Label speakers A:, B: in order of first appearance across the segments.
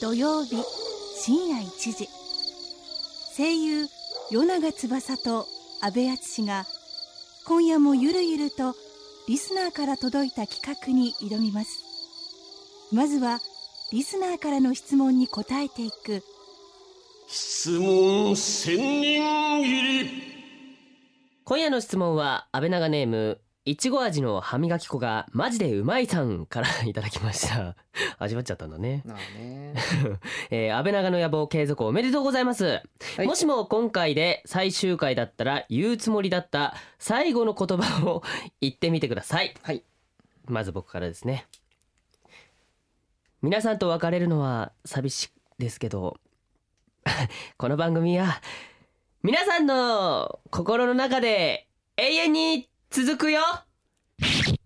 A: 土曜日深夜1時声優与永翼と阿部淳が今夜もゆるゆるとリスナーから届いた企画に挑みますまずはリスナーからの質問に答えていく
B: 質問千人入り
C: 今夜の質問は安倍長ネームいちご味の歯磨き粉がマジでうまいさんからいただきました 味わっちゃったんだね、
D: なあね。
C: えー、安倍長の野望継続おめでとうございます、
D: はい
C: もしも今回で最終回だったら言うつもりだった最後の言葉を言ってみてください
D: はい
C: まず僕からですね皆さんと別れるのは寂しいですけど この番組は皆さんの心の中で永遠に続くよ
D: い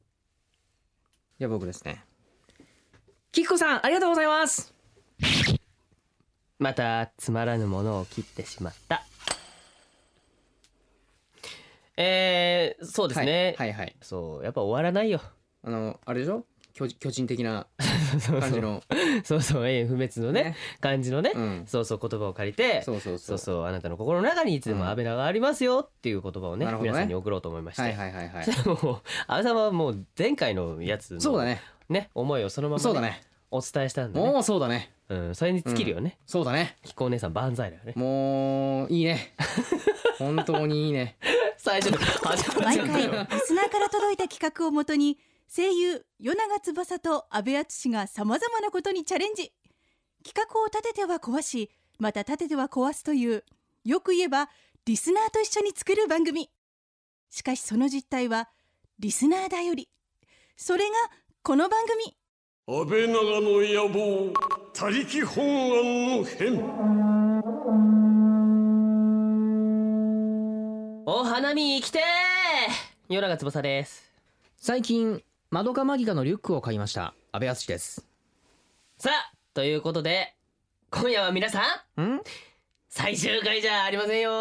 D: や僕ですね。キキコさんありがとうございます。
C: またつまらぬものを切ってしまったえー、そうですね、
D: はい、はい、はい。
C: そうやっぱ終わらないよ
D: あのあれでしょ巨巨人的な
C: そう
D: 感
C: そ
D: じ
C: う
D: の
C: そうそう永遠不滅のね
D: ね
C: 感じのね、
D: うん
C: そうそう言葉を借りて
D: そうそう
C: そ
D: そうう
C: そうあなたの心の中にいつでも
D: うん
C: 安倍長がありますよっていう言葉をね,、
D: なるほどね
C: 皆さんに送ろうと思いまして、
D: はいはいはいはい
C: そしたらもう安倍さんはもう前回のやつの
D: そうだね
C: ね思いをそのまま、
D: そうだね
C: お伝えしたんで、ね
D: もうそうだね
C: うん、それに尽きるよね、
D: そうだね
C: 紀行姉さん万歳だよね
D: もうい いね本当にいいね
C: 最初に始まっ
A: 毎
C: ちゃうんだ
A: 回
C: よ
A: リスナーから届いた企画をもとに声優与永翼と阿部淳がさまざまなことにチャレンジ企画を立てては壊しまた立てては壊すというよく言えばリスナーと一緒に作る番組しかしその実態はリスナーだよりそれがこの番組
B: 安倍長の野望他力本願の変
C: お花見来てー夜長翼です
D: 最近マドカマギカのリュックを買いました安倍敦です
C: さあということで今夜は皆さん
D: ん
C: 最終回じゃありませんよー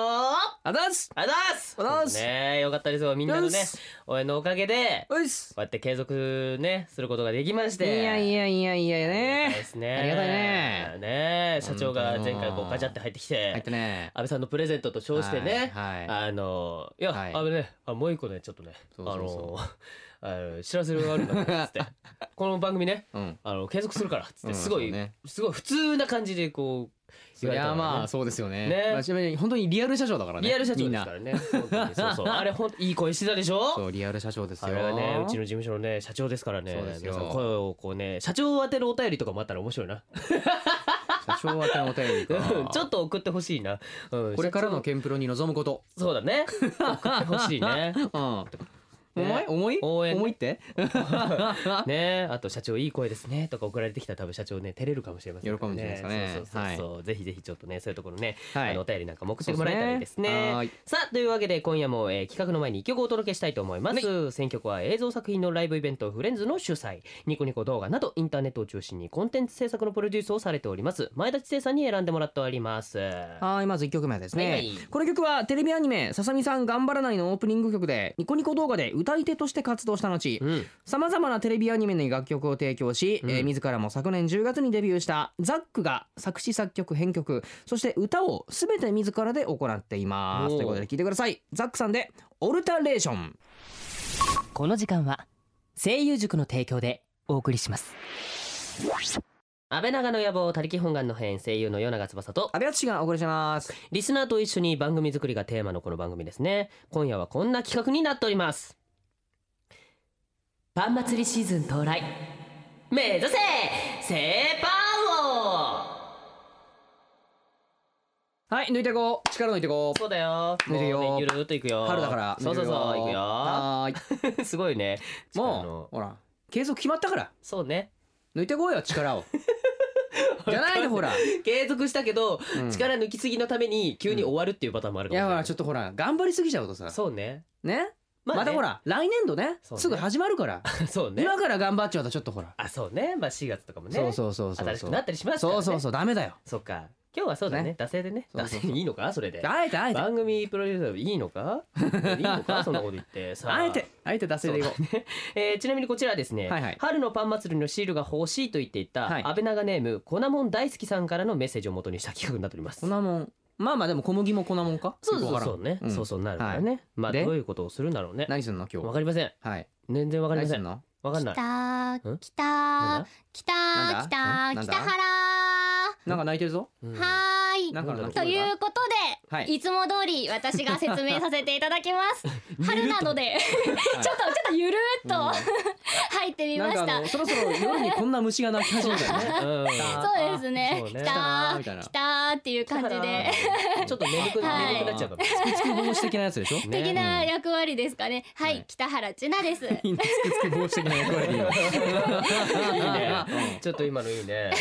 D: あざっす
C: ありがとうございます
D: ありがとうございます
C: ねえよかったですよみんなの
D: よ
C: ね
D: し
C: 応援のおかげでこ
D: おいっす
C: うやって継続ねすることができまし
D: い
C: て
D: やいやいやいや
C: ありが
D: ね
C: たいですね
D: ありがたいね
C: ねえ社長が前回こ
D: 本当にも
C: う
D: う
C: ガチャって入ってきて
D: 入ったね
C: 安倍さんのプレゼントと称してね、
D: はいはい
C: あのいや、
D: はい
C: あのねあもう一個ねちょっとね
D: そうそうそ
C: あの あの知らせがあるんだけどつって この番組ね
D: うん
C: あの継続するからっつっ
D: う
C: て
D: ん
C: すごい、
D: そうね
C: すごい普通な感じでこう
D: そ
C: 言わ
D: り
C: れた
D: ゃ
C: のがね
D: まあそうですよね
C: ね
D: まあちなみに本当にリアル社長だからね
C: リアル社長
D: みん
C: です
D: な
C: からね本当に そうそうあれほんいい声してたでし
D: そ
C: ょ
D: うリアル社長です
C: あ
D: よ
C: れはねうちの事務所のね社長ですからね
D: そうですよ
C: 皆さん声をこうね社長を当てるお便りとかもあったら面白いな
D: 社長宛てのお便り か
C: ちょっと送ってほしいな、うん
D: これからの
C: 社
D: ケンプロに臨むこと
C: 長そうだね送ってほしい ね
D: うん重い重い
C: 応援
D: 重い って
C: ねあと社長いい声ですねとか送られてきたら多分社長ね照れるかもしれませんら
D: 喜ぶんじゃないですかね
C: そうそうそうそうぜひぜひちょっとねそういうところね、
D: はい
C: あのお便りなんかも送ってもらえたらいいですね
D: そうですねはい
C: さあというわけで今夜も、えー企画の前に一曲お届けしたいと思います、選曲は映像作品のライブイベントフレンズの主催ニコニコ動画などインターネットを中心にコンテンツ制作のプロデュースをされております前田知世さんに選んでもらっております
D: はいまず1曲目ですね、
C: はいはい
D: この曲はテレビアニメ「ささみさん頑張らない」のオープニング曲でニコニコ動画で歌い手として活動した後
C: うん
D: さまざまなテレビアニメに楽曲を提供し、
C: うん
D: えー自らも昨年10月にデビューしたザックが作詞作曲編曲そして歌を全て自らで行っていま
C: お
D: す
C: ー
D: ということで聴いてくださいザックさんで「オルタレーション
C: この時間は声優塾の提供でお送りします安倍長の野望他力本願の編声優の与永翼」と
D: 阿部淳がお送りします
C: リスナーと一緒に番組作りがテーマのこの番組ですね今夜はこんな企画になっておりますパン祭りシーズン到来目指せセパン
D: はい抜いていこう力抜いていこ
C: 王そうだよ
D: 抜いていいよ
C: もうねゆるーっといくよ
D: う春だから
C: そうそうそう
D: 抜
C: い
D: て
C: く
D: い
C: よ
D: はーい
C: すごいねあ
D: も
C: の
D: うほら継続決まったから
C: そうね
D: 抜いてこうよ力 をじゃないでほら
C: 継続したけど、
D: うん
C: 力抜きすぎのために急に終わるっていうパターンもあるか
D: い
C: もしれ
D: や
C: ない
D: ほらちょっとほら頑張りすぎちゃうとさ
C: そうね
D: ね
C: ま
D: ま
C: あね
D: たほら来年度ね
C: そうね
D: すぐ始まるから、
C: そうね
D: 今から頑張っちゃうとちょっとほら、
C: あそうねまあ4月とかもね
D: そうそうそうそう
C: 新しくなったりしますからね
D: そうそうそうダメだよ
C: そっか今日はそうだね
D: ね
C: 惰性でね
D: そう
C: 惰
D: そう
C: 性いいのかそれで
D: あえてあえて
C: 番組プロデューサーいいのかいいの かそんなこと言ってさ
D: あえてあえて惰性でいこう
C: えーちなみにこちらはですね、
D: はいはい
C: 春のパン祭りのシールが欲しいと言っていた、
D: はい
C: 安倍長ネーム粉もん大好きさんからのメッセージを元にした企画になっております
D: 粉もんまあまあでも小麦も粉もんか
C: そう
D: よく
C: そう
D: わか
C: そ
D: ら
C: うんね、
D: ん
C: そうそうなるからね、まあ
D: で
C: どういうことをするんだろうね
D: 何すんの今
C: わ
D: 日
C: かりません
D: はい
C: 全然わかりま
D: 何
C: せ
D: すん
C: ん
D: の
C: わかんない
E: きた
C: ん
E: ーきた
C: なん
E: ー
C: だ
E: きたー
D: なんだ
E: きたー
D: なん
E: き
D: だ
E: たは
D: なんか泣いてるぞ
C: うん
E: らーはーい
D: なんか泣いて
E: と
D: る
E: いうことで、
D: はい
E: い、つも通り私が説明させていただきます。春なのでちょっとちょっとゆるーっと、入ってみま
D: なん
E: し
D: かあ
E: た
D: の。そろそろ夜にこんな虫が鳴き始め たよね
C: うん
E: そうですね
C: そう。ね
E: きた
D: あー
E: ー
D: みたいな
E: きたーっていう感じで。
C: ちょっと眠く
E: はい
C: 眠くなっちゃうかも
D: つく防止的なやつでしょ
C: ね
E: 的な役割ですかね。は
D: はい
E: い、北原千奈です。
D: つくつく防止的な役割でいいよ
C: いいねちょっと今のいいね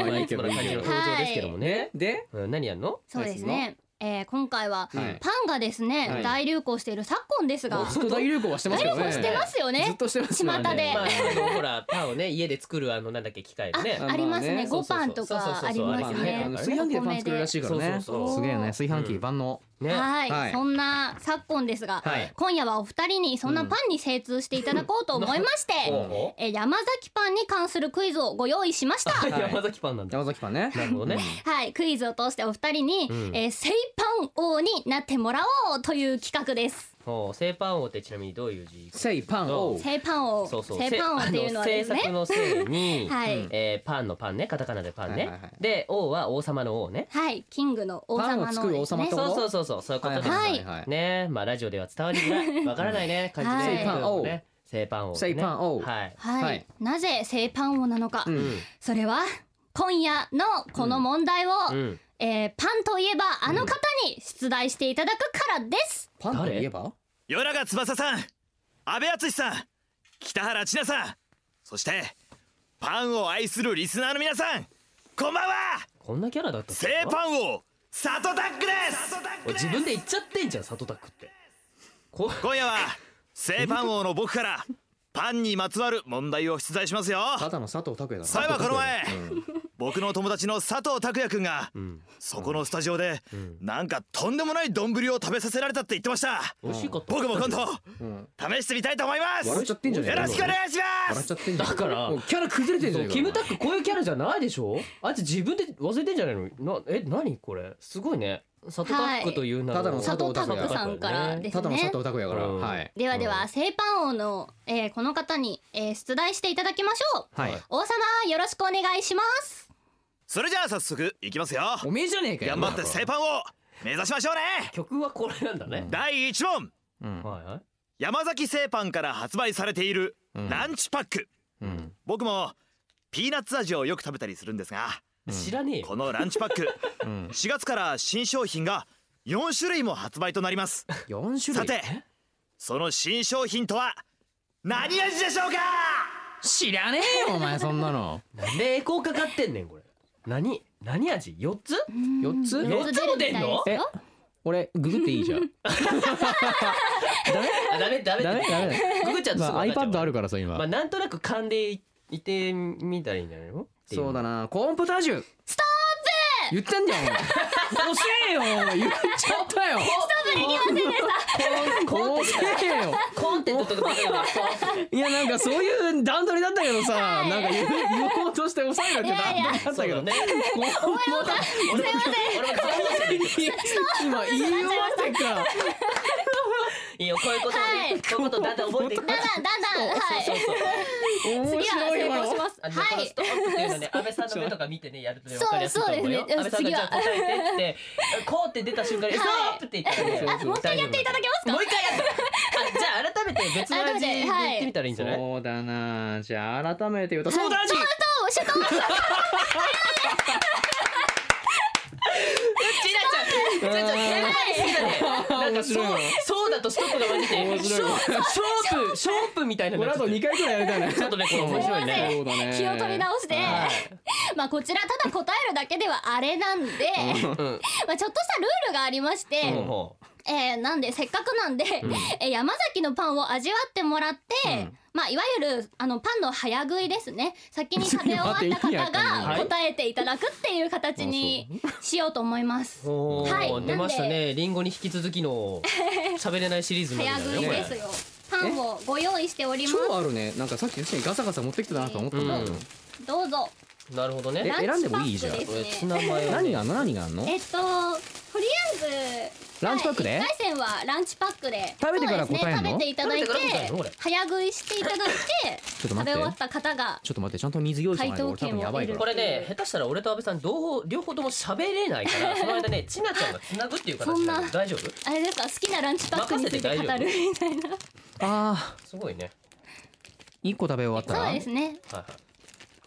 D: うんまあいい
C: いつ
D: け
C: も
D: ど
C: の
D: い
C: 感じ
D: いけ
C: の
D: ど
C: 登場ですけどもね
D: でで
C: うん何やんの
E: そうですね。えー今回はパ
D: はい
E: ンがです
D: は
E: ね
D: い
E: 大流行している昨今ですが、
D: ずっと大流行はしてますけ
E: 大流
D: どね
E: 行してますよ
D: ずっ
E: ね。
D: としてますよね
E: 巷で
C: まああのほらパンをね家で作るあのなんだっけ機械でね
E: あ、ありますね。
D: ま
E: ごパンと
C: そうそうそう
E: か
C: そう
E: あります
C: まあね
E: ね
D: あの。
C: あ
D: 炊飯器でパン作るらしいからね
C: そうそうそう
D: すげえね炊飯
C: う
D: 器
C: ん
D: 万能
C: ね
E: は
D: はい
E: い、そんな昨今ですが
C: はい、
E: 今夜はお二人にそんなパンに精通していただこうと思いまして、
C: ほうほ
E: えー山崎パンに関するクイズをご用意しました。
C: う
D: はい
C: 山崎パンなんだ
D: 山崎パンね
C: なるほどね
E: はい、クイズを通してお二人に、
C: うん
E: えー、セイパン王になってもらおうという企画です。
C: ほう製パン王ってちなみにどういう字
D: せいパンを
E: セイパン王、
C: そうそう
E: セイパン王っていうのはです
C: せあ
E: ね。
C: の制作のせいに
E: はい、
D: うん
C: えーパンのパンねカタカナでパン
D: はい
C: ね
D: はいはい
C: で王は王様の王ね
E: はい、キングの王
D: パン
E: 様
D: を作る
E: の
D: 王
E: です
D: 様っ
E: ね
D: て。こ
C: そう
D: と
C: そうそうそうそういうこと
D: は
C: で
D: い
C: す
D: はいはい
C: ねまあラジオでは伝わりづらいわからない ね感じで
E: はい
C: パン王ね製パン王
D: 製パン王
C: はい
E: はい、
D: はい
E: なぜセイパン王なのか、
D: うん
E: それは今夜のこの問題を、
C: うん
E: えーパンといえばあの方に出題していただくからです。
D: パンといえば
F: 与永翼さん阿部淳さん北原千奈さんそしてパンを愛するリスナーの皆さんこんばんは
C: こんなキャラだったっけ
F: 製パン王サトタックです
C: おい自分で言っちゃってんじゃん里田君ってこ
F: 今夜は製パン王の僕からパンにまつわる問題を出題しますよ
D: ただの佐藤拓也だ
F: そういえばこの前
D: うん
F: 僕の友達の佐藤拓也くんが
C: うん
F: そこのスタジオで
C: うん
F: なんかとんでもない丼を食べさせられたって言ってました
C: 美味しかった
F: 僕も今度
D: うん
F: 試してみたいと思いますよ
D: 笑っちゃってんじゃねえか
F: ろしくお願いしま
D: 笑っ
F: す
D: ちゃってんじゃん
C: だから
D: もうキャラ崩れてんじゃ
C: そ
D: ね
C: う
D: えか
C: キムタックこういうキャラじゃないでしょあいつ自分で忘れてんじゃないのなえ何これすごいね里タックという名
D: ただの
E: 佐
D: 里
E: 藤拓さんからですね。
D: ただの佐藤拓也から
C: うん
D: はい
E: ではでは、製パン王の、えーこの方に、えー出題していただきましょう。
D: はい
E: 王様、よろしくお願いします。
F: それじゃあ早速いきますよ
D: おめえじゃねえかよ
F: 頑張って製パンを目指しましょうね
C: 曲はこれなんだね、
F: 第1問
D: うん
C: はいはい
F: 山崎製パンから発売されている
D: うん
F: ランチパック、
D: うん
F: 僕もピーナッツ味をよく食べたりするんですが
C: 知らねえよ
F: このランチパック
D: うん
F: 4月から新商品が4種類も発売となります
D: 四種類
F: さてその新商品とは何味でしょうか
D: 知らねえよお前そんなの
C: なんでエコーかかってんねんこれ何何味四つ
D: 四つ
C: 四つも出んの
E: 出るみたいですよ
D: 俺ググっていいじゃ ん
C: ダメあダメダメ
D: ダメダメ
C: ググっちゃうとすぐ
D: まあ
C: 分かっちゃう
D: iPad あるからさ
C: ま
D: 今、
C: あ、なんとなく勘でいいてみたらいいんじゃないのってい
D: そうだなコーンポタージュストップ言ってんだよお前遅えよ言っちゃったよ
C: コーン
D: 遅えよ
C: コンテンツとかばっかりだから
D: いやなんかそういう段取りだったけどさ、
E: はい
D: なんか言う言おうとして抑えるって段取りだった
C: そう
D: け
C: だ
D: ど
C: ね
D: コーンポタージュ
C: 俺も俺も全部
D: 今言い終わってから
C: いいよこういうことをね、
E: はい
C: こういうことをだんだん覚えていく
E: だんだんだんだん、はい。
C: そうそうそう
D: 面
E: 次は
D: 白い
E: 成
D: わ
E: 功します。
C: あの、
E: は
C: はい、
E: い
C: ス。トップっていうのね、安倍さんの目とか見てね、やるとね、わかりやすいと思うよ。
E: そうそう
C: 安倍さんがじ
E: です
C: ゃあ
E: ね
C: 答えてって、こうって出た瞬間に、ス
E: はい
C: トップって言ったらね、
D: あもう
E: 一回やっていただけますか
C: もう一回やって。あじゃあ改めて別の
E: 改め
C: 味
E: て
C: で言ってみたらいいんじゃない？
D: そうだなじゃあ改めて言うとソーダ味
E: おしと
C: ちなちゃん、ちなちゃん正解しすぎだね。なんか
D: 面
C: そう
D: 白いわ
C: そうだとストップが混じって、
D: 面
C: ショ
D: 白いわ
C: ーショープショープみたいな
D: こ
C: の
D: れ
C: やつ
D: あと2回くらいやりたいね
C: ちょっとねこれ面白いね。
D: そうだね
E: 気を取り直して、
C: はい
E: まあこちらただ答えるだけではあれなんで、
C: うん。
E: まあちょっとしたルールがありまして、
C: ほうほう
E: えーなんでせっかくなんで、 えー山崎のパンを味わってもらって、
D: うん
E: まあいわゆるあのパンの早食いです ね先に食べ終わった
D: ちょっと待って意味わ
E: 方
D: かんない
E: が答えていただくっていう形にしようと思います
C: おー
E: はい
C: 出ましたねリンゴに引き続きの喋れないシリーズにな
E: 早
C: るんだ
E: 食
C: ね
E: い
C: これ
E: ですよパンをご用意しております
D: 超あるねなんかさっき確かにガサガサ持ってきてたなと思ったんだけど、
C: うん
E: どうぞ
C: なるほどね
D: え
E: ランチ
D: 選んでもいいじゃん
E: パッ
C: こ
E: ク
C: れ
E: です
C: ツ
E: ね
C: ナマヨネーズ
D: 何があんの何があんの
E: えっととりあえず
D: ランチパックで
E: はい、1回戦はランチパックで
D: 食べてから答えんの
E: そうですね、食べていただいて
C: 食べてから答えんのこれ
E: 早食いしていただい
D: ちょっ
E: て
D: と待
E: 食べ
D: って
E: 終わった方が
D: ちょっと待ってちゃんと水用意しないと俺多分やばいから
E: 解答権を得る
C: これね下手したら俺と安倍さん両方両方とも喋れないからその間ねちなちゃんがつなぐっていう形になる
E: そんな
C: 大丈夫
E: あれですか好きなランチパックについて語るみた
C: 任
E: いな
D: あ
C: すごいね
D: ー一個食べ終わったら
E: そうですね
C: は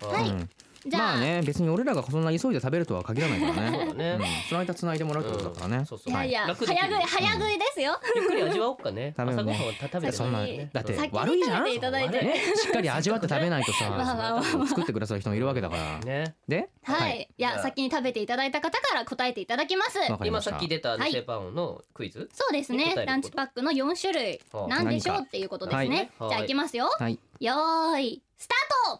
C: いはい
E: はい、
D: うん
E: じゃあ、
D: まあね別に俺らがそんな急いで食べるとは限らないか らね
C: そうだね
D: んその間繋いでもらうってことだからね、
C: うんそうそう
E: いやいや、
C: はい楽
E: 早
C: で
E: 食
C: き
E: い
C: る
E: 早食いですよ、
C: ゆっくり味わおうかね
D: 食べよ
C: 朝
D: う
C: ご
D: ね
C: はんを食べて
D: そんな
E: ね
D: だって
E: 先に
D: 悪いじゃん
E: 食べていただいて
D: ねしっかり味わって食べないと さ、
E: わあわあわあ
D: 作ってくださる人もいるわけだから、
C: ね
D: で、
E: はい、い、
C: じゃあ
E: や先に食べていただいた方から答えていただきます
D: わかりま
C: 今
D: した
C: さっき出たセパンのクイズ
E: そうです
C: 答え
E: ね
C: ること
E: ランチパックの4種類
C: はあ
E: なんでしょうっていうことですね、
C: 何かはい
E: じゃあいきますよ、
D: はい
E: よーいスタート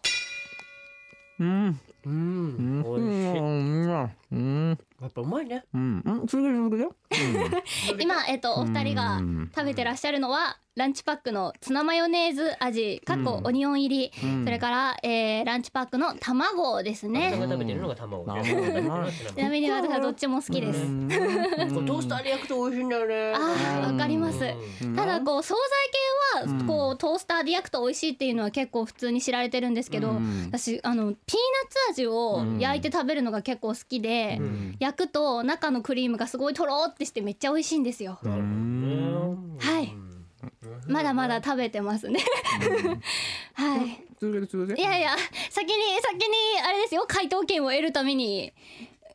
D: うん
C: う
D: うんん
C: 美
D: う
C: 味しい
D: んうん
C: やっぱうまいね
D: うんうん続ける続けるよ
E: 今、えっと、お二人が
D: うん
E: 食べてらっしゃるのはランチパックのツナマヨネーズ味かっこオニオン入り、
D: うん
E: それから、えーランチパックの卵です
C: 安倍さん
E: ね
C: が食べてるのが卵で
D: うん
C: 私が
E: ちなみに私はどっちも好きです、
D: うん
C: これトースターで焼くと美味しいんだよね
E: あーわかります、
C: う
E: ただこう惣菜系
D: うん
E: はこうトースターで焼くと美味しいっていうのは結構普通に知られてるんですけど、
D: うん
E: 私あのピーナッツ味を焼いて食べるのが結構好きで、
D: うん
E: 焼くと中のクリームがすごいとろーってしてめっちゃ美味しいんですよ、
C: ん
E: はいまだまだ食べてますね はい
D: 続ける続ける
E: いやいや先に先にあれですよ解答権を得るために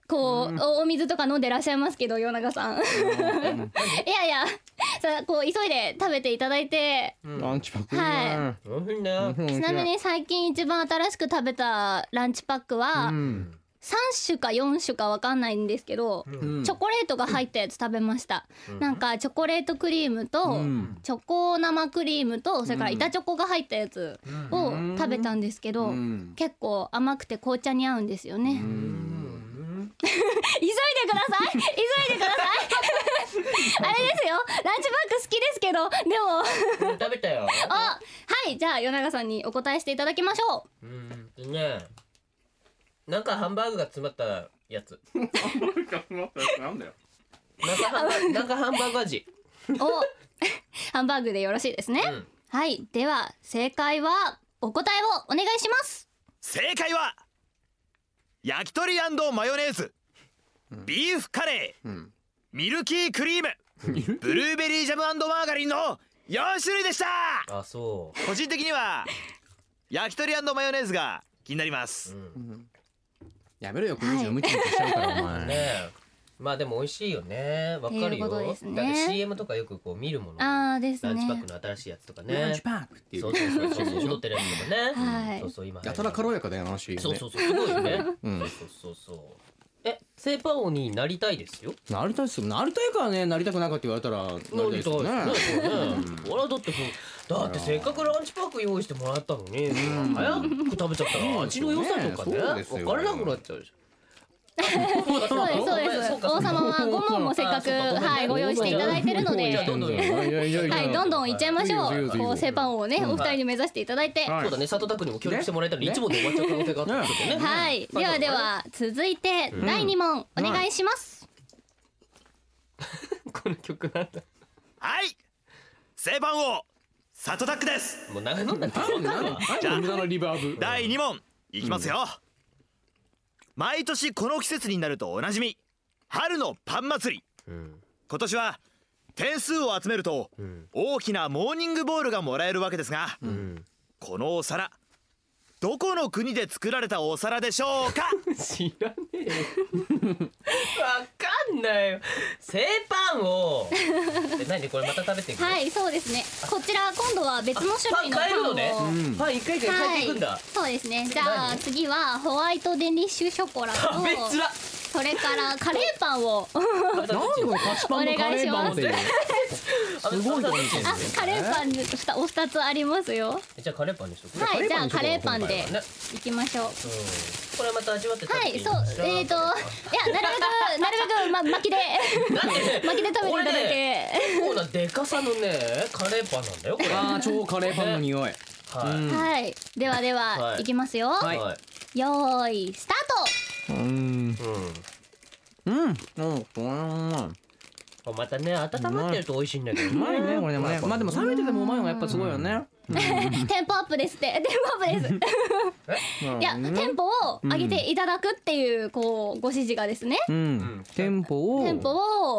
E: こう、おお水とか飲んでらっしゃいますけど与永さんいや いやさこう急いで食べていただいて
D: ランチパック
E: は
C: 美味しいね
D: い
E: ちなみに最近一番新しく食べたランチパックは
D: うん
E: 3種か4種かわかんないんですけど、
D: うん
E: チョコレートが入ったやつ食べました、なんかチョコレートクリームと、
D: ん
E: チョコ生クリームとそれから板チョコが入ったやつを食べたんですけど、
D: ん
E: 結構甘くて紅茶に合うんですよね、急いでください急いでく ださいあれですよランチバッグ好きですけどでも
C: 食べたよ
E: あはいじゃあ与永さんにお答えしていただきましょ
C: うーんねなんかハンバーグが詰まったやつハンバーグが詰まったやつなんだよ中ハンバーグ中ハンバーグ味
E: うお ハンバーグでよろしいですね、
C: うん
E: はいでは正解はお答えをお願いします
F: 正解は焼き鳥マヨネーズビーフカレー
D: ん
F: ミルキークリームブルーベリージャムマーガリンの4種類でした
C: あそ
F: 個人的には焼き鳥マヨネーズが気になりま
C: う、う
F: す
C: ん、
D: やめろよこれ以上ムチムチしちゃうからお
C: ね
D: 前
C: えまあでも美味しいよねわかるよ
E: っていうことですね
C: だって CM とかよくこう見るもの
E: あーです
C: ランチパッ
E: ね
C: クの新しいやつとか
D: ラン
C: ね
D: チパックってい
C: そううそうそうそう踊ってるやつとかね、
E: はい
C: そうそう今
D: やたら軽やかだよ話
C: そうそうそうすごいよね、
D: うん
C: そうそうそうえセーパー王になりたいですよ
D: なりたいっすよなりたいからねなりたくなかったって言われたらなりたいっすよね
C: ですよね俺はだってこうだってせっかくランチパック用意してもらったのに早く食べちゃったら味の良さとかね
D: そうですよ
C: 分からなくなっちゃうじゃん
E: そうですそうです王様は5問もせっかく
C: あ ーそうかごめんね
E: はいご用意していただいてるので
C: じゃあどんどん
E: はい、どんどんいっちゃいましょ。
D: いいよいいうよいいよ
E: こう、セパンをね、お二人に目指していただいて。
D: はい
C: そうだね佐藤拓にも協力してもらえたら一問で終わっちゃう可能性があったんですよね
E: はい、ではでは、続いて、第二問、お願いします。
C: この曲なんだ
F: はい正番王サトタックです
C: もう長野なんだ
D: なんでなんでなんで無駄なリバーブ
F: 第2問いきますよ、毎年この季節になるとおなじみ春のパン祭り
C: うん
F: 今年は点数を集めると
C: ん
F: 大きなモーニングボールがもらえるわけですが、
C: うん
F: このお皿どこの国で作られたお皿でしょ うか
C: 知らねえよわかんないよ製パンをえ何これまた食べていくの
E: はい、そうですね。こちら、今度は別の種
C: パン
E: 類の
C: 買えるのね
E: パンを。
C: パン一回一回買えていくんだ
E: そうですね。じゃあ、次は、ホワイトデニッシュショコラと、
C: 食べづら
E: それからカレーパンを
D: なんでこの菓子パンのカレーパンっていうすごいこと言ってるん
E: あ
D: ですよ
E: カレーパンふたお二つありますよ
C: じゃあカレーパンにしとく
E: はいじゃあカレーパン
C: 今
E: で
C: 回はね
E: いきましょう
C: うんこれまた味わって食
E: は
C: べて
E: い
C: い
E: そうえー、といやなるべくなるべく、ま、巻きで巻きで食べていただい
C: これ
E: て
C: ね結構なでかさのねカレーパンなんだよこれ
D: あー超カレーパンの匂い
C: はい、
D: うん
E: はいではでは、
C: はい
E: い、きますよ、
D: はい
E: よーいスター
D: うん
C: うん
D: うんうんこれは
C: あまたね温まってると美味しいんだけど
D: うまいねこれでもねまあでも冷めててもうまいのがやっぱすごいよね
E: トテンポアップですってテンポアップですいや、テンポを上げていただくっていう、こう、ご指示がですね。
D: うんテンポを
E: テンポ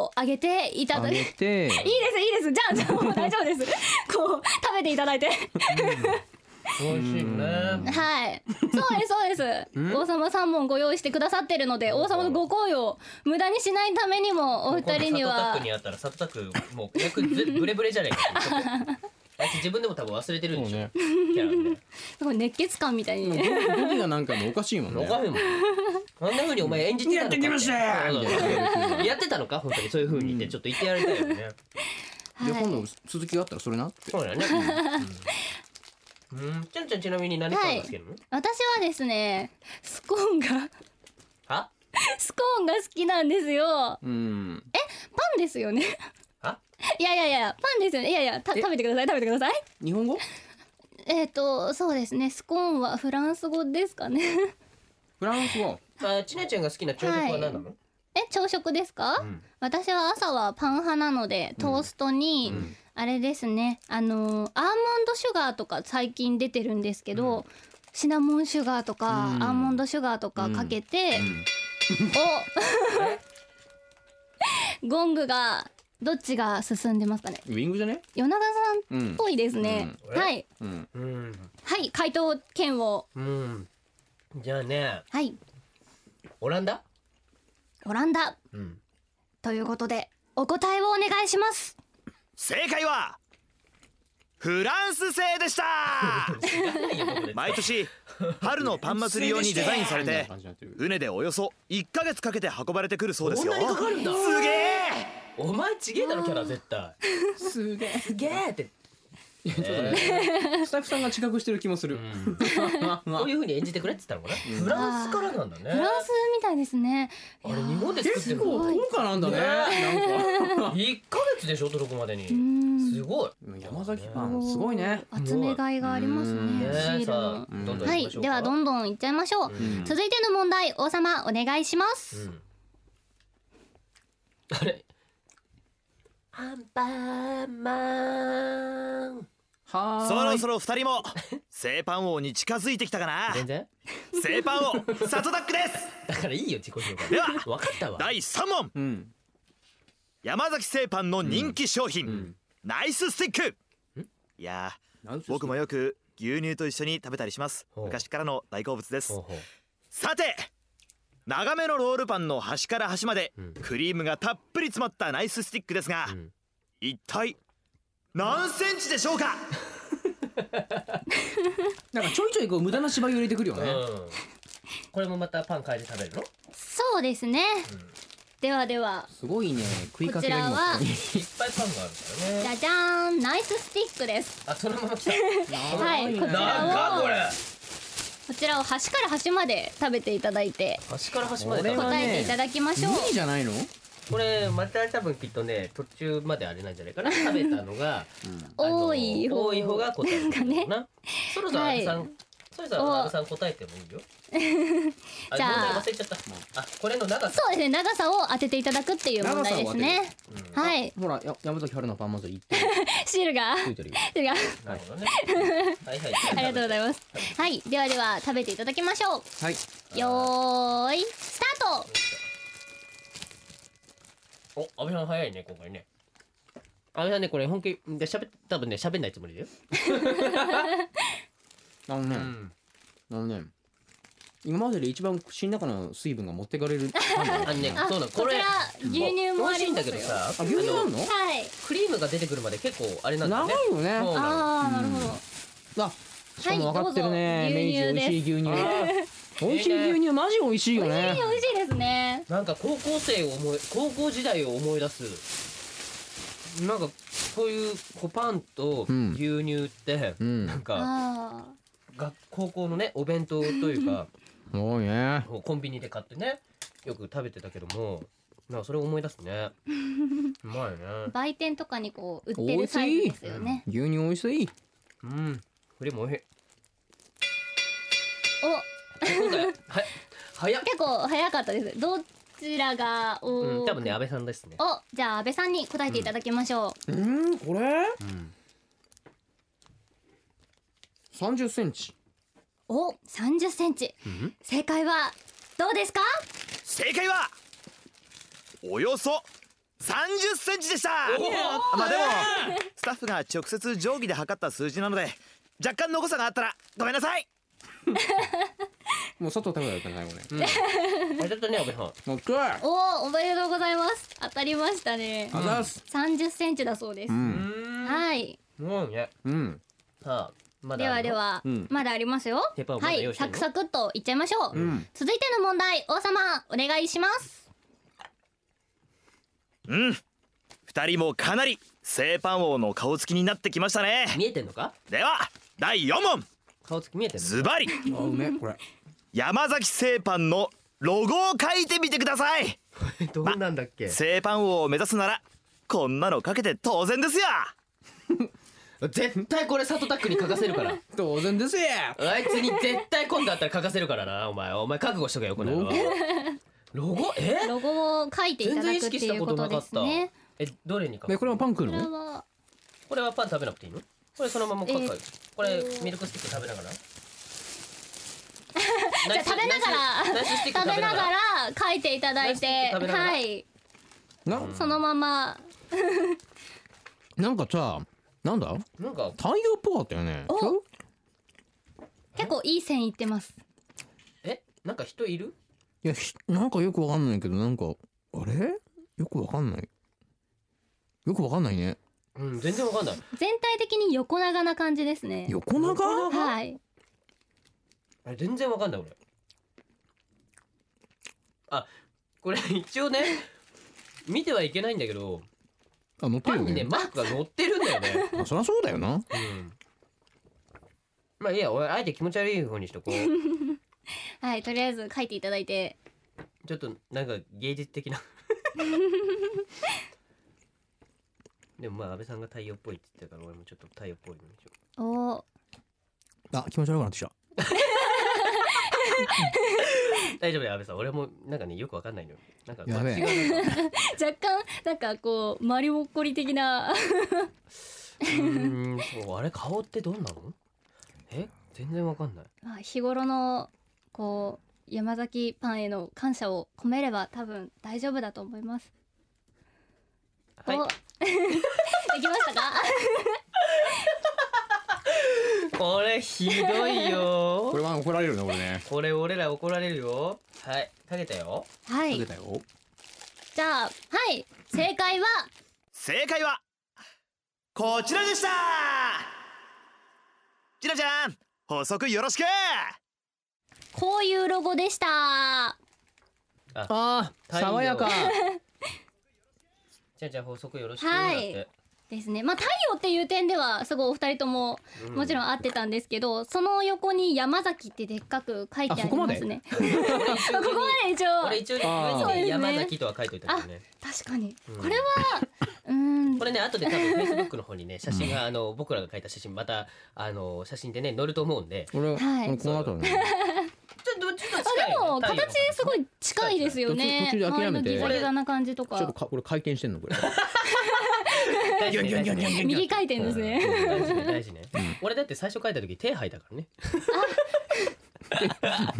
E: を上げていただ
D: 上
E: く。いい
D: げ
E: です、
D: て
E: いいです。じゃあ、じゃあもう大丈夫です。こう、食べていただいて。
C: 美味しいね
E: はい。そうです、そうです。王様三問ご用意してくださってるので、王様のご好意を無駄にしないためにも、お二人に
C: サトタ
E: は
C: ク。にあったらサトタクもう逆にずブレブレじゃないかって言っとこ うあいつ自分でも多分忘れてるんでしょ、
D: ね
C: キャラね
E: すごい熱血感みたいに。
D: 語尾がなんかもうおかしいもん
C: お
D: ね
C: かしいもんこんな風にお前演じてたのかって
D: やってきましたよ
C: そうそうそうやってたのか本当にそういう風にってちょっと言ってやりたいよね、
D: で
E: は
D: 今
E: い。
D: 度続きがあったらそれな
C: そうだよねうん、うん、ちゃんちゃんちなみに何買うんですけどね、
E: 私はですね、スコーンが、
C: は
E: スコーンが好きなんですよ。
D: うん
E: パンですよね。
C: はい
E: やいやいや、パンですよね。いやいや、た食べてください、食べてください。
D: 日本語
E: えっ、と、そうですね。スコーンはフランス語ですかね。
D: フランス語
C: あちなちゃんが好きな朝食は何なの、
E: え、朝食ですか、
C: ん
E: 私は朝はパン派なので、トーストに、あれですね、あのーアーモンドシュガーとか最近出てるんですけど、シナモンシュガーとか、
D: うん
E: アーモンドシュガーとかかけて、お ゴングが、どっちが進んでますかね
D: ウィングじゃね
E: 夜長
D: う
E: さんっ
D: ん
E: ぽいですね。
C: うん
E: はい。
D: うん
C: うん
E: はい、回答権を。
C: うんじゃあね
E: はい、
C: オランダ
E: オランダ。
C: うん
E: ということで、お答えをお願いします。
F: 正解はフランス製 でした毎年春のパン祭り用にデザインさ れて船でおよそ1ヶ月かけて運ばれてくるそうですよ
C: そんなにかかるんだ
F: すげ
C: お前ちげえだろキャラ絶対
D: すげえ
C: すげえって
D: ちょっとねスタッフさんが近くしてる気もする
C: こういう風に演じてくれって言ったのかな、フランスからなんだね
E: フランスみたいですね。
C: あれ日本で作って
D: 結
C: るの
D: 構
E: すごい
D: 豪華なんだねなんか
C: 一ヶ月でしょ届くまでに
E: ん
C: すごい
D: 山崎パンすごいね
E: 集め買いがありますね。シ
C: ね
E: ー
C: え
E: ル
C: さ
E: の
C: あどんどん
E: は
C: 行きま
E: い、
C: しょうか
E: ではどんどんいっちゃいましょう。
D: ん
E: 続いての問題、王様お願いします。
C: うんあれアンパンマン
D: は
F: えそろそろ二人も製パン王に近づいてきた かな
C: 全然
F: 製パン王サトダックです
C: だからいいよ自己紹介
F: では
C: 分かったわ
F: 第3問
D: うん
F: 山崎製パンの人気商品、ナイススティックいやー僕もよく牛乳と一緒に食べたりします
C: ほう
F: 昔からの大好物です
C: ほうほう
F: さて長めのロールパンの端から端まで
C: うん
F: クリームがたっぷり詰まったナイススティックですが、
C: うん
F: 一体何センチでしょうか
D: なんかちょいちょいこう無駄な芝居を入れてくるよね
C: うんこれもまたパン変えて食べるの
E: そうですね。ではでは、
D: すごいね食い
E: こ
D: か
E: ち
D: けが
E: ら
D: 今
E: は、
C: いっぱいパンがあるからね
E: じゃじゃーん、ナイススティックです。
C: あそのまま来 た
E: はい、こちら
C: なんかこ
E: を、
C: れ
E: こちらを端から端まで食べていただいて、
C: 端から端まで
D: これは
C: だ
D: ね
E: 答えていただきましょう。
D: 2位じゃないの
C: これまた多分きっとね途中まであれなんじゃないかな食べたのがあの
E: 多い方
C: 多い方が答えてくれるかなそろそろ阿部さん、
E: は
C: そろそろ阿部さん答えてもい いよあ
E: じゃあ
C: 問題忘れちゃったあこれの長さ
E: そうですね、長さを当てていただくっていう問題ですね。はい、
D: ほらや山崎春のパンまず行って
E: シールが、
D: ついてるよ
E: シールが、
C: なるほど ねはいはい
E: ありがとうございます。はい、ではでは食べていただきましょ。
D: はいう
E: よーい、スタート。
C: お阿部さん早いね今回ね阿部さんねこれ本気で喋っ多分ね喋んないつもりだよ
D: あのねあのね今までで一番口の中の水分が持ってかれるパンだよ
C: あのねそうなの
E: こ
C: こ
E: ち
C: れ
E: ら牛乳も
C: 美
E: あ
C: 味し
E: り
C: いん
E: ま
C: だ
E: す
C: け
E: よ
C: ど。さ
D: あ牛乳あんの
E: はい。
C: クリームが出てくるまで結構あれなんだよ
D: 長
C: ね
D: いよね
C: そうなの
E: ああ、なるほど。
D: あしかも分かってるね
E: はいど
D: 明
E: うぞ
D: 治美味しい牛乳
C: あ
D: 美味しい 牛乳マジ美味しいよね
E: 美味しいですね
C: なんか高校生を思い高校時代を思い出すなんかこういうこうパンと
D: うん
C: 牛乳って、
D: うん
C: なんか
E: あ
C: 学高校のねお弁当というか
D: すごいね
C: もうコンビニで買ってねよく食べてたけどもなんかそれを思い出す ねうまいね
E: ー売店とかにこう売ってるサイズですよね
D: 牛乳美味しい
C: うんこれも美味しい
E: お
C: そうだよは早っ
E: 結構早かったですどちらがお、
C: うん多分ね安倍さんですね
E: おじゃあ安倍さんに答えていただきましょう、
D: うんこれ
C: うん
D: 三十センチ
E: お三十センチ、
C: ん
E: 正解はどうですか
F: 正解はおよそ30センチでしたまあでもスタッフが直接定規で測った数字なので若干の誤差があったらごめんなさい
D: もう砂糖食べたらいいからねこれ
C: あれだったね安倍さん
D: オッケー
E: おおおめでとうございます当たりましたね
D: あざっす
E: 三十センチだそうです、
D: うん
E: はい
C: もうね
D: うん
C: さあまだ
E: で
C: あ
E: は
C: る
E: で
C: の
E: は、
D: うん
E: まだありますよ
C: ペーパーをま
E: は
C: だ用
E: い
C: 意して
E: サ
C: んの
E: クサクっといっちゃいましょう、
D: ん
E: 続いての問題王様お願いします
F: うん二人もかなり製パン王の顔つきになってきましたね
C: 見えてんのか
F: では第4問
C: 顔つき見えてんの
F: ズバリ
D: あうめこれ
F: 山崎製パンのロゴを書いてみてください
C: どうなんだっけ
F: 製パン王を目指すならこんなのかけて当然ですよ
C: 絶対これサトタックに書かせるから
D: 当然ですよ
C: あいつに絶対今度あったら書かせるからなお前お前覚悟しとけよこの野郎ロゴえ
E: ロゴを書いていた
C: 全
E: だ
C: 然意
E: くって
C: 識し
E: い
C: た
E: う
C: こ
E: ことと
C: なか
E: で
C: っ
E: す
C: た
E: ね
C: えどれに書
D: で
C: く
D: これもパン食う
E: これ
D: の
E: は
C: これはパン食べなくていいのこれそのまま書くから
E: え
C: これミルクスティック食べながらじ
E: じゃあ食べながら
C: ナイススティック
E: 食べながら書いていただい
C: ナイ
E: て
C: ス食べながら
E: はい
D: な
E: そのまま
D: なんかさなんだ
C: なんか
D: 太陽っぽかったよね
E: お結構いい線いってます
C: えなんか人いる
D: いやひなんかよくわかんないけどなんかあれよくわかんないよくわかんないね
C: うん全然わかんない
E: 全体的に横長な感じですね
D: 横長
E: はい
C: あれ全然わかんない俺あこれ 一応ね見てはいけないんだけど
D: あ乗って
C: パ
D: るよ
C: ンにね
D: ね
C: マークが載ってるんだよね
D: あそりゃそうだよな
C: うんまあいいや俺あえて気持ち悪い方にしとこ う
E: はいとりあえず書いていただいて
C: ちょっとなんか芸術的な でもまあ安倍さんが太陽っぽいって言ってたから俺もちょっと太陽っぽいのにしよ
E: おー
D: あ気持ち悪くなってきた
C: う大丈夫だよ安倍さん俺もなんかねよくわかんないのよなんか
D: やべえ
C: 違うなんか
E: 若干なんかこうマリモッコリ的な
C: うーんそうあれ顔ってどんなのえ全然わかんない
E: まあ日頃のこう山崎パンへの感謝を込めれば多分大丈夫だと思います。
C: はい
E: お でき ましたか？
C: これひどいよ
D: これは怒られるねこれね
C: これ俺ら怒られるよはいかけたよ
E: はい。
D: 出たよ
E: じゃあはい正解は
F: 正解はこちらでしたちなちゃん補足よろしく
E: こういうロゴでした。
D: あー
C: 太陽
D: 爽やか
C: じゃあじゃあ法則よろしく
E: はい
C: だって
E: ですね。まあ太陽っていう点ではすごいお二人とも
C: うん
E: もちろん合ってたんですけど、その横に山崎ってでっかく書い てありますね。ここ
C: 俺一応
E: まで
C: 俺一
E: 一応
C: 応
D: あー
C: 上にね山崎とは書いといたけどね
E: 確かに
C: うん
E: これはうーん
C: これね後で多 分 Facebook の方にね写真があの僕らが書いた写真またあの写真でね載ると思うんでちょ
D: 俺、
E: はい
D: 俺この後ね
C: っとちょっと
E: あ
C: 近い
E: でも形すご
C: い
E: い近いですよね。
D: 途中途中で諦めて
E: 周りのギザギザな感じと
D: ちょっと
E: か。
D: かこれ回転してんのこれ
C: 大事ね大事ね
E: 右回転ですね。
C: 大 事ね大事ね俺だって最初書いた時手吐いたからねなんか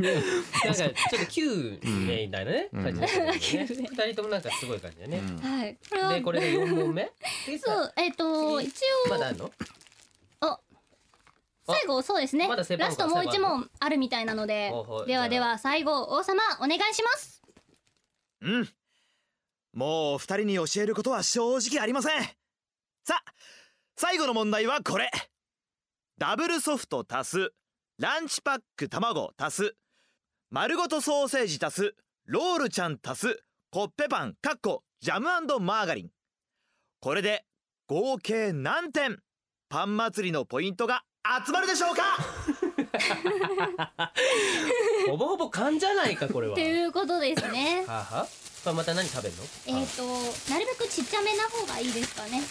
C: ちょっと旧ねみたいなね
D: ん
C: 感じだったけどね
E: うん
C: 二 人ともなんかすごい感じだね
E: はい。
C: でこ
E: これ
C: れで四問目次さ
E: そうえっ、と
C: 次
E: 一
C: ま
E: 応
C: だあるの
E: 最後そうですね。
C: まだセパン
E: ラ
C: コ
E: ストもう一問あるみたいなので
C: ほうほう。
E: では
C: じ
E: で
C: ゃあ
E: は最後王様お願いします。
F: うんもう二人に教えることは正直ありませんさあ最後の問題はこれダブルソフト足すランチパック卵足す丸ごとソーセージ足すロールちゃん足すコッペパンかっこジャムマーガリンこれで合計何点パン祭りのポイントが集まるでしょうか
C: ほぼほぼ勘じゃないかこれは
E: ということですね
C: はあはあまた何食べんの
E: えっとなるべくちっちゃめな方がいいですかね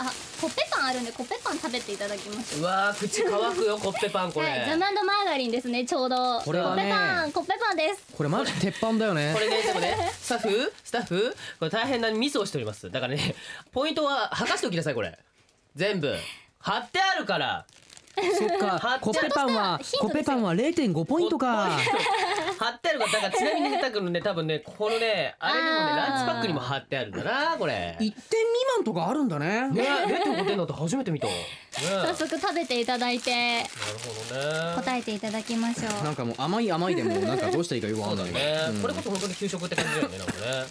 E: あコッペパンあるんでコッペパン食べていただきましょう
C: うわー口乾くよ コッペパンこれ、
E: はいジャムマーガリンですねちょうど
D: これはね
E: コッペパンコッペパンです
D: これマジ鉄板だよね
C: これねでも ねスタッフスタッフこれ大変なミスをしておりますだからねポイントは剥がしておきなさいこれ全部貼ってあるから
D: そっかコッペパンは
E: ヒントですよ
D: コッペパンは0.5ポイントか
C: 貼ってあるからだからちなみに出たくのね多分ねこのねあれにもね
E: あー
C: ランチパックにも貼ってあるんだなこれ
D: 1点未満とかあるんだね
C: ね0.5点だって初めて見たねな
E: 早
C: る
E: 速食べていただいて
C: ほどね
E: 答えていただきましょう
D: なんかもう甘い甘いでもうなんかどうしたらいいかよくわ
C: そ
D: か
C: うんだ
D: ない
C: ね、
D: うん
C: これこそ本当に給食って感じだよねなん かね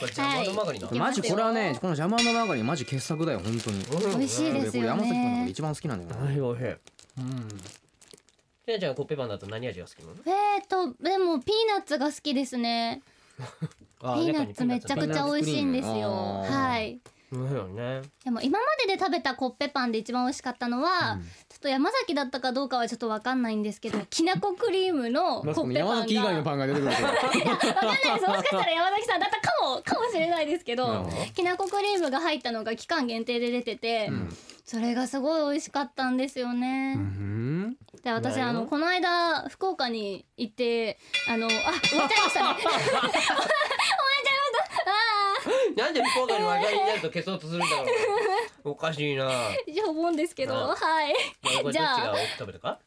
C: これジャマのマガリンな、
E: はい
D: マジこれはねこのジャムマーガリンマジ傑作だよ本当に
E: 美味しいで
D: こ
E: す
D: れ
E: よ
D: 山崎パンのが
E: ね
D: 一番好きなんだよね
C: いおいしいうんひなちゃんはコッペパンだと何味が好きなの
E: えーとでもピーナッツが好きですね
C: あ
E: ピーナッツめちゃくちゃ美味しいんです
D: ピーナッ
E: よ
D: ツクリームあー
E: はい
C: そうよね
E: でも今までで食べたコッペパンで一番美味しかったのは、ちょっと山崎だったかどうかはちょっとわかんないんです けどきなこクリームのコ
D: まさか
E: ッペパンが
D: 山崎以外のパンが出てくるとは
E: わかんないですもしかしたら山崎さんだったかもかもしれないですけ
D: なる
E: ど
D: ほど
E: きなこクリームが入ったのが期間限定で出てて、それがすごい美味しかったんですよね、
D: うん
E: で私
C: な
E: あ
C: るほど
E: のこの間福岡に行ってあのあ終わっちゃいましたね終わっちゃいましたあ
C: なんで福岡にマガリンになると消そうとするんだろうおかしい な
E: ー一応思うんですけど
C: あ
E: は
C: あこ
E: い
C: れ
E: じ
C: どっち
E: ゃ
C: が
E: あ
C: 多く食べた か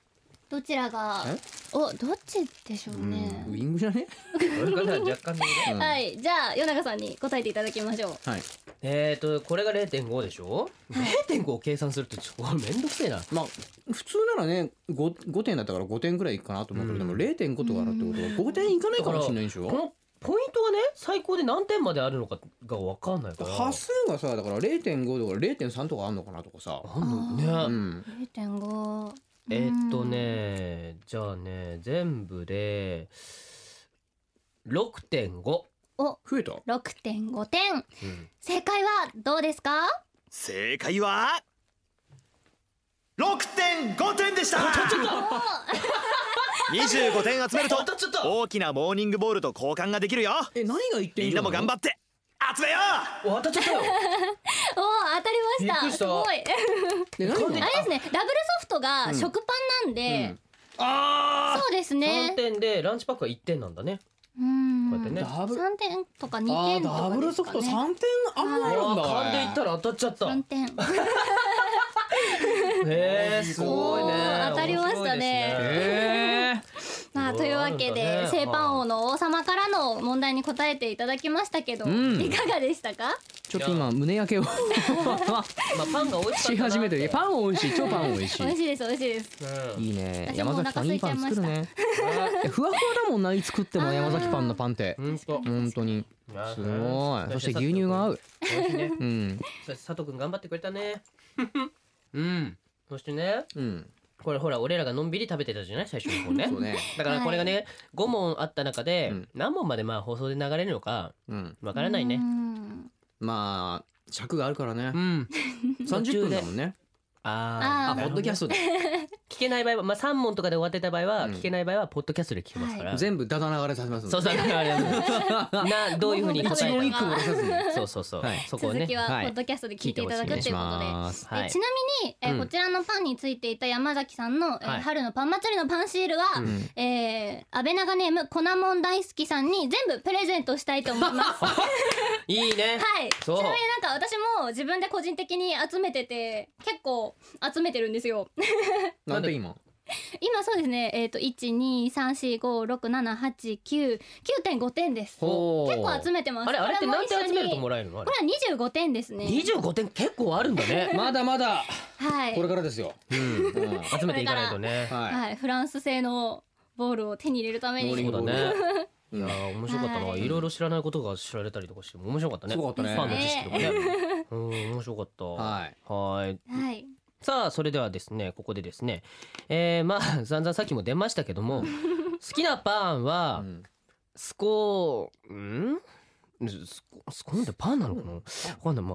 E: どちらが
D: え
E: おどっちでしょうね、
D: ウイングじゃね
C: これから若干でね
D: うん
E: はいじゃあ夜中さんに答えていただきましょう
D: はい
C: えーとこれが0.5でしょ0.5を計算するとちょっとめんどくせえな
D: まあ普通ならね 5, 5点だったから5点くらいいくかなと思うけど、
C: うん
D: でも0.5とかあるってことは5点いかないかもしれないでし
C: こ
D: ょ
C: のポイントがね最高で何点まであるのかが分かんないから
D: 端数がさだから0.5とか0.3とかあんのかなとかさ、
C: あんの
D: う
C: ね
D: ん、
E: 0.5
C: えーっとねじゃあね全部で6.5
D: 増えた
E: 6.5点
C: うん
E: 正解はどうですか
F: 正解は6.5点でした25点集める
C: ち
F: と
C: ょっとちょっと
F: 大きなモーニングボールと交換ができるよ
D: え何が1点
F: みんなも頑張
D: っ
F: って集めよ
C: 当たっちゃったよ
E: おー当たり
C: びっ
E: ました
C: くりした
E: すごい
D: て何が
E: あれですねダブルソフトが食パンなんで、そうです
C: 3
E: ね
C: 点でランチパックは1点なんだね
E: うん
C: こうやってね
D: ダブル
E: 3点とか2
D: あ
E: 点
D: ー
E: とか
D: ダブルソフト
E: で
D: 3
E: すかね
D: 点あんまあるんだ
C: あー勘で言った
D: ら
C: ら当たっちゃった
E: 3点
C: へえすごいね
E: おー当たりましたね
C: 面白いです
D: え
E: まあというわ
C: そ
E: けで
C: うなんだね
E: 製パン王の王様からの問題に答えていただきましたけど、
D: ん
E: いかがでしたか
D: ー、ちょっと今胸焼 けを
C: まあパンが美味しかっ
D: し
C: たな
D: 始めてるパン美味しい超パン美味し
E: 美味しいです美味しいです
C: うん
D: いいいね
E: 私も
D: 山
E: うお
D: 崎さ
E: 腹
D: ん
E: 空
D: い
E: い
D: い
E: ちゃ
D: パ
E: い
D: ン
E: ました
D: 作るねえふわふわだもんなあいつ作っても山崎パンのパンって
C: 本当
D: 本当にすごいそして牛乳が合
C: う
D: う
C: 美味しいね
D: うん
C: そして佐藤くん頑張ってくれたねうんそしてね
D: うん
C: これほら俺らがのんびり食べてたじゃない最初の方ね
D: そうね
C: だからこれがね5問あった中で
D: うん
C: 何問までまあ放送で流れるのか
D: うん
C: わからないね
E: うん
D: まあ尺があるからね
C: うん
D: 30分だもんね
C: あ
D: あ
E: あー
D: ポッドキャストで
C: 聞けない場合はまあ3問とかで終わってた場合は
D: うん
C: 聞けない場合はポッドキャストで聞けますから
D: 全部ダダ流れさせますんで
C: そうそうだからあれ などういうふうに答え
E: 一
C: た
E: 言一
C: か
E: 句漏ら
D: さずに
C: そうそうそう
D: はい
C: そこを
E: 続
C: ね
E: きはポ
D: はい
E: ッドキャストで聞いていただくということで、
D: ます
C: は
E: え
C: い
E: ちなみに、えー
D: うん
E: こちらのパンについていた山崎さんの、えー
C: はい
E: 春のパン祭りのパンシールは、
D: ん
E: えー、安倍長ネーム粉もん大好きさんに全部プレゼントしたいと思います はい
C: いいね
E: ち
C: そ
E: な
C: う
E: みになんか私も自分で個人的に集めてて結構集めてるんですよ
D: なんで今
E: 今そうですねえっ、ー、と123456789.5点です結
C: ほう
E: 構集めてます
C: あれあれって
E: こも
C: 何
E: 一緒
C: 点
E: に
C: 集めるともらえるのあ
E: こ
C: れ
E: れは25点ですね
C: 25点結構あるんだ ね
D: まだまだ
E: はい
D: これからですようん
C: 集めていかないとね
D: は
E: はい、フランス製のボールを手に入れるため
D: い
E: に
D: ボーリング
C: そうだね
D: い
C: いや
D: や
C: ー面白かったな、
E: はい
C: い、ろいろ知らないことが知られたりとかして面白かったね
D: すごかったね
C: ファンの知識とかねうん面白かった
D: はい
C: はーい
E: はい
C: さあそれではですねここでですねえー、まあ散々さっきも出ましたけどもきなパンは、
D: ん
C: スコーんスコスコーンってパンなのかなわかんないま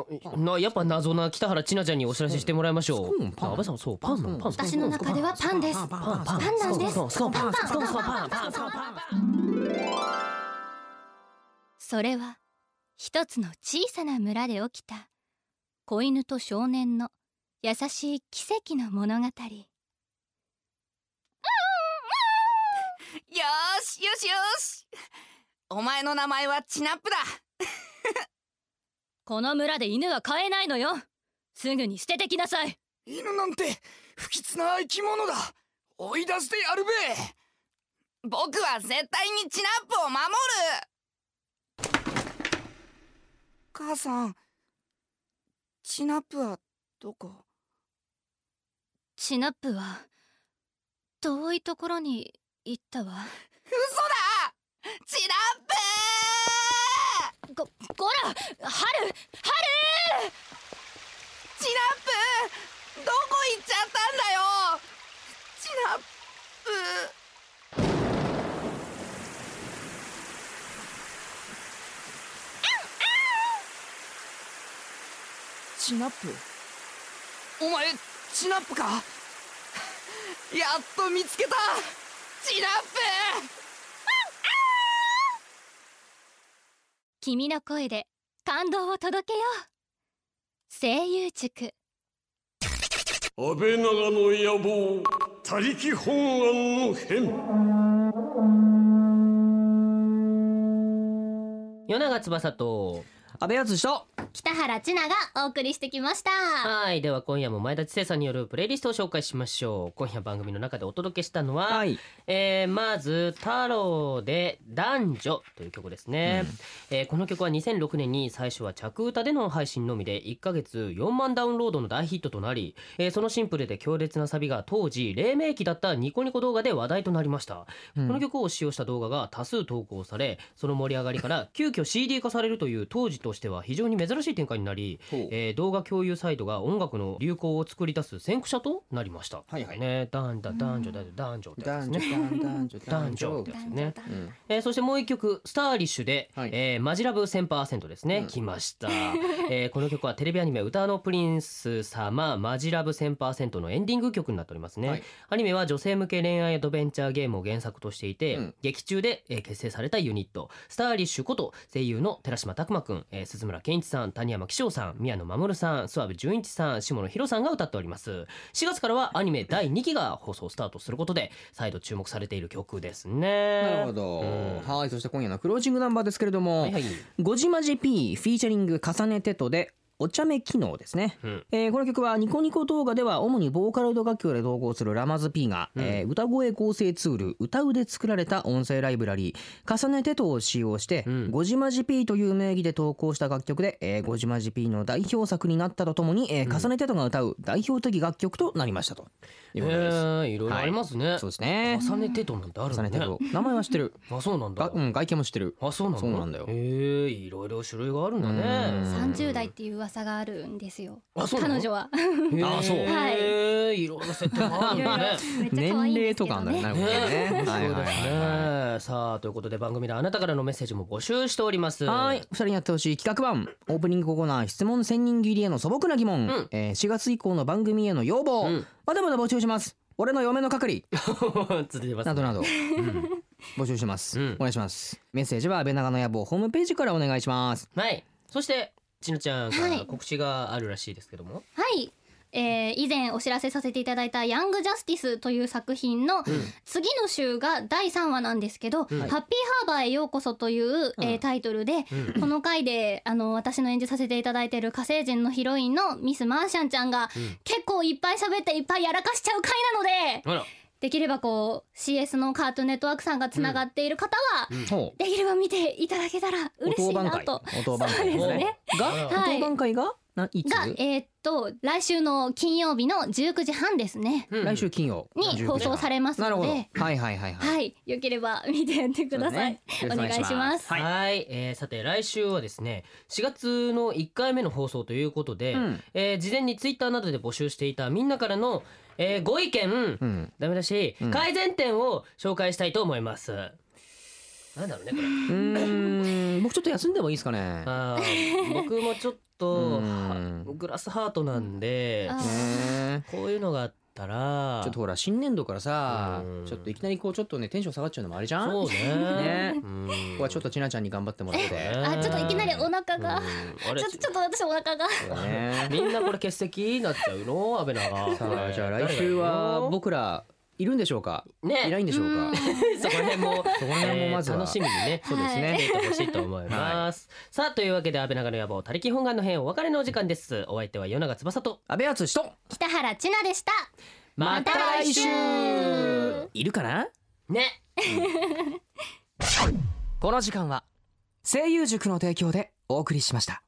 C: あまあなやっぱ謎な北原千奈ちゃんにお知らせしてもらいましょ
D: スコー
C: う
D: ンパン
C: あ安倍さんそうパンなのパン
E: 私の中ではパンですパ
D: パンパン
E: ンなんです
C: スコーンパンスコーンパンスコーンパンパン
E: それは一つの小さな村で起きた子犬と少年の優しい奇跡の物語
G: よーしよしよしお前の名前はチナップだ
E: この村で犬は飼えないのよすぐに捨ててきなさい
G: 犬なんて不吉な生き物だ追い出してやるべ僕は絶対にチナップを守る母さんチナップはどこ
E: チナップは遠いところに行ったわ
G: 嘘だチナップ
E: ここら春
G: チナップどこ行っちゃったんだよチナップチナップお前チナップかやっと見つけたチナップ
E: 君の声で感動を届けよう声優塾
B: 安倍長の野望他力本願の変
C: 夜長翼と
D: 安倍敦史と
E: 北原千奈がお送りしてきました
C: はいでは今夜も前田知世さんによるプレイリストを紹介しましょう今夜番組の中でお届けしたのは、
D: はい
C: えーまず「太郎で男女」という曲ですね、えーこの曲は2006年に最初は着歌での配信のみで1ヶ月4万ダウンロードの大ヒットとなり、えーそのシンプルで強烈なサビが当時黎明期だったニコニコ動画で話題となりました、
D: うん
C: この曲を使用した動画が多数投稿されその盛り上がりから急遽 CD 化されるという当時としては非常に珍しい展開になり、えー動画共有サイトが音楽の流行を作り出す先駆者となりました。
D: はいはい
C: ね、男女男女男女ってやつですね。
D: 男女
C: 男女ってやつですね、
D: うん
C: えーそしてもう一曲「スターリッシュで」
D: はい
C: えーマジラブ1000%」ですね、来ました、えーこの曲はテレビアニメ「歌のプリンス様マジラブ1000%」のエンディング曲になっておりますね、
D: はい
C: アニメは女性向け恋愛アドベンチャーゲームを原作としていて、
D: うん
C: 劇中で、えー結成されたユニットスターリッシュこと声優の寺島拓磨くん、えー鈴村健一さん谷山紀章さん宮野真守さん諏訪部純一さん下野紘さんが歌っております4月からはアニメ第2期が放送スタートすることで再度注目されている曲ですね
D: なるほど、
C: うん
D: はいそして今夜のクロージングナンバーですけれども、
C: はいはい
D: ごじまじ P フィーチャリング重ねてとでお茶目機能ですね、
C: うん
D: えーこの曲はニコニコ動画では主にボーカロイド楽曲で統合するラマズ P が、えー歌声構成ツール歌うで作られた音声ライブラリー重ねてとを使用して、
C: うん
D: ごじまじ P という名義で投稿した楽曲で、えーごじまじ P の代表作になったとともに、えー重ねてとが歌う代表的楽曲となりましたと
C: え
D: いうことです、
C: ー、いろいろありますね、
D: そうですね
C: 重ねてとなんてあるの
D: 重ね
C: ね
D: てと名前は知ってる
C: あそうなんだ
D: が、うん、外見も知ってる
C: あそうなんだ
D: そうなんだよ
C: へえー、いろいろ種類があるんだね
E: 30代っていう噂があるんですよ
C: あそうなの
E: 彼女は
D: あそう
C: へえいろいろ設定があるんだ ね
E: めっちゃ可愛
D: 年
E: いんで
D: 齢
E: す
D: と
E: け
D: か
E: ど
D: なんだよ
E: ね
D: ね。
C: ね
D: これね
C: そうですね、
D: はい
C: さあということで番組ではあなたからのメッセージも募集しております
D: はい、二人にやってほしい企画版オープニングコーナー質問千人切りへの素朴な疑問、
C: ん
D: えー4月以降の番組への要望、
C: ん
D: まだまだ募集します俺の嫁の隔離
C: 続いてます
D: などな ど、募集します、
C: うん
D: お願いしますメッセージは安倍長の野望ホームページからお願いします
C: はいそしてちのちゃんか
E: は
C: ら
E: い
C: 告知があるらしいですけども、
E: はい、えー以前お知らせさせていただいた「ヤング・ジャスティス」という作品の次の週が第3話なんですけど「ハッピーハーバーへようこそ」という、えータイトルで、この回であの私の演じさせていただいている火星人のヒロインのミス・マーシャンちゃんが、結構いっぱい喋っていっぱいやらかしちゃう回なので
C: あら
E: できればこう CS のカートゥーンネットワークさんがつながっている方は、
D: ほ
E: できれば見ていただけたら
D: うお
E: 嬉しいな
D: 会
E: と。
D: お当番会
E: そうですね
D: が、
E: はい
D: お当番会がないつ
E: が、えーっと来週の金曜日の19時半ですね。
C: うん
D: 来週金曜
E: に
D: 19
E: 放送されます
D: なる
E: の
D: ほど
E: で、
D: はいはいはいはい、
E: はい、良ければ見てやってください。
D: そう
E: お
D: ね
E: 願いします。
C: はい、えーさて来週はですね4月の1回目の放送ということで、
D: うん
C: えー事前にツイッターなどで募集していたみんなからの、えーご意見、
D: うん
C: ダメだし、
D: うん
C: 改善点を紹介したいと思いますなんだろうね これ
D: うーん僕ちょっと休んでもいいですかね
C: あー僕もちょっ
D: う
C: と
D: ん
C: はグラスハートなんで
E: あ
D: ね
C: こういうのがあったら
D: ちょっとほら新年度からさ
C: うん
D: ちょっといきなりこうちょっとねテンション下がっちゃうのもあれじゃん
C: そうね
D: ね
C: う
D: こ
C: ん
D: こはちょっとちなちゃんに頑張ってもらって
C: ね
E: あちょっといきなりお腹
C: うん
E: が、
C: あれ
E: ちょっとちょっと私お腹が
D: そうだね
C: みんなこれ欠席になっちゃうの安倍長
D: さあじゃあ来週は僕らいるんでしょうか
C: ね
D: いないんでしょうか
C: そこら辺も
D: こら辺も
C: えー
D: まずは
C: 楽しみにね
E: そうですね
C: はい していてほしいと思います、さあというわけで安倍長の野望他力本願の編お別れのお時間ですお相手は与永翼と
D: 安倍敦史と
E: 北原千奈でした
C: また来週
D: いるかな
C: ね
D: この時間は声優塾の提供でお送りしました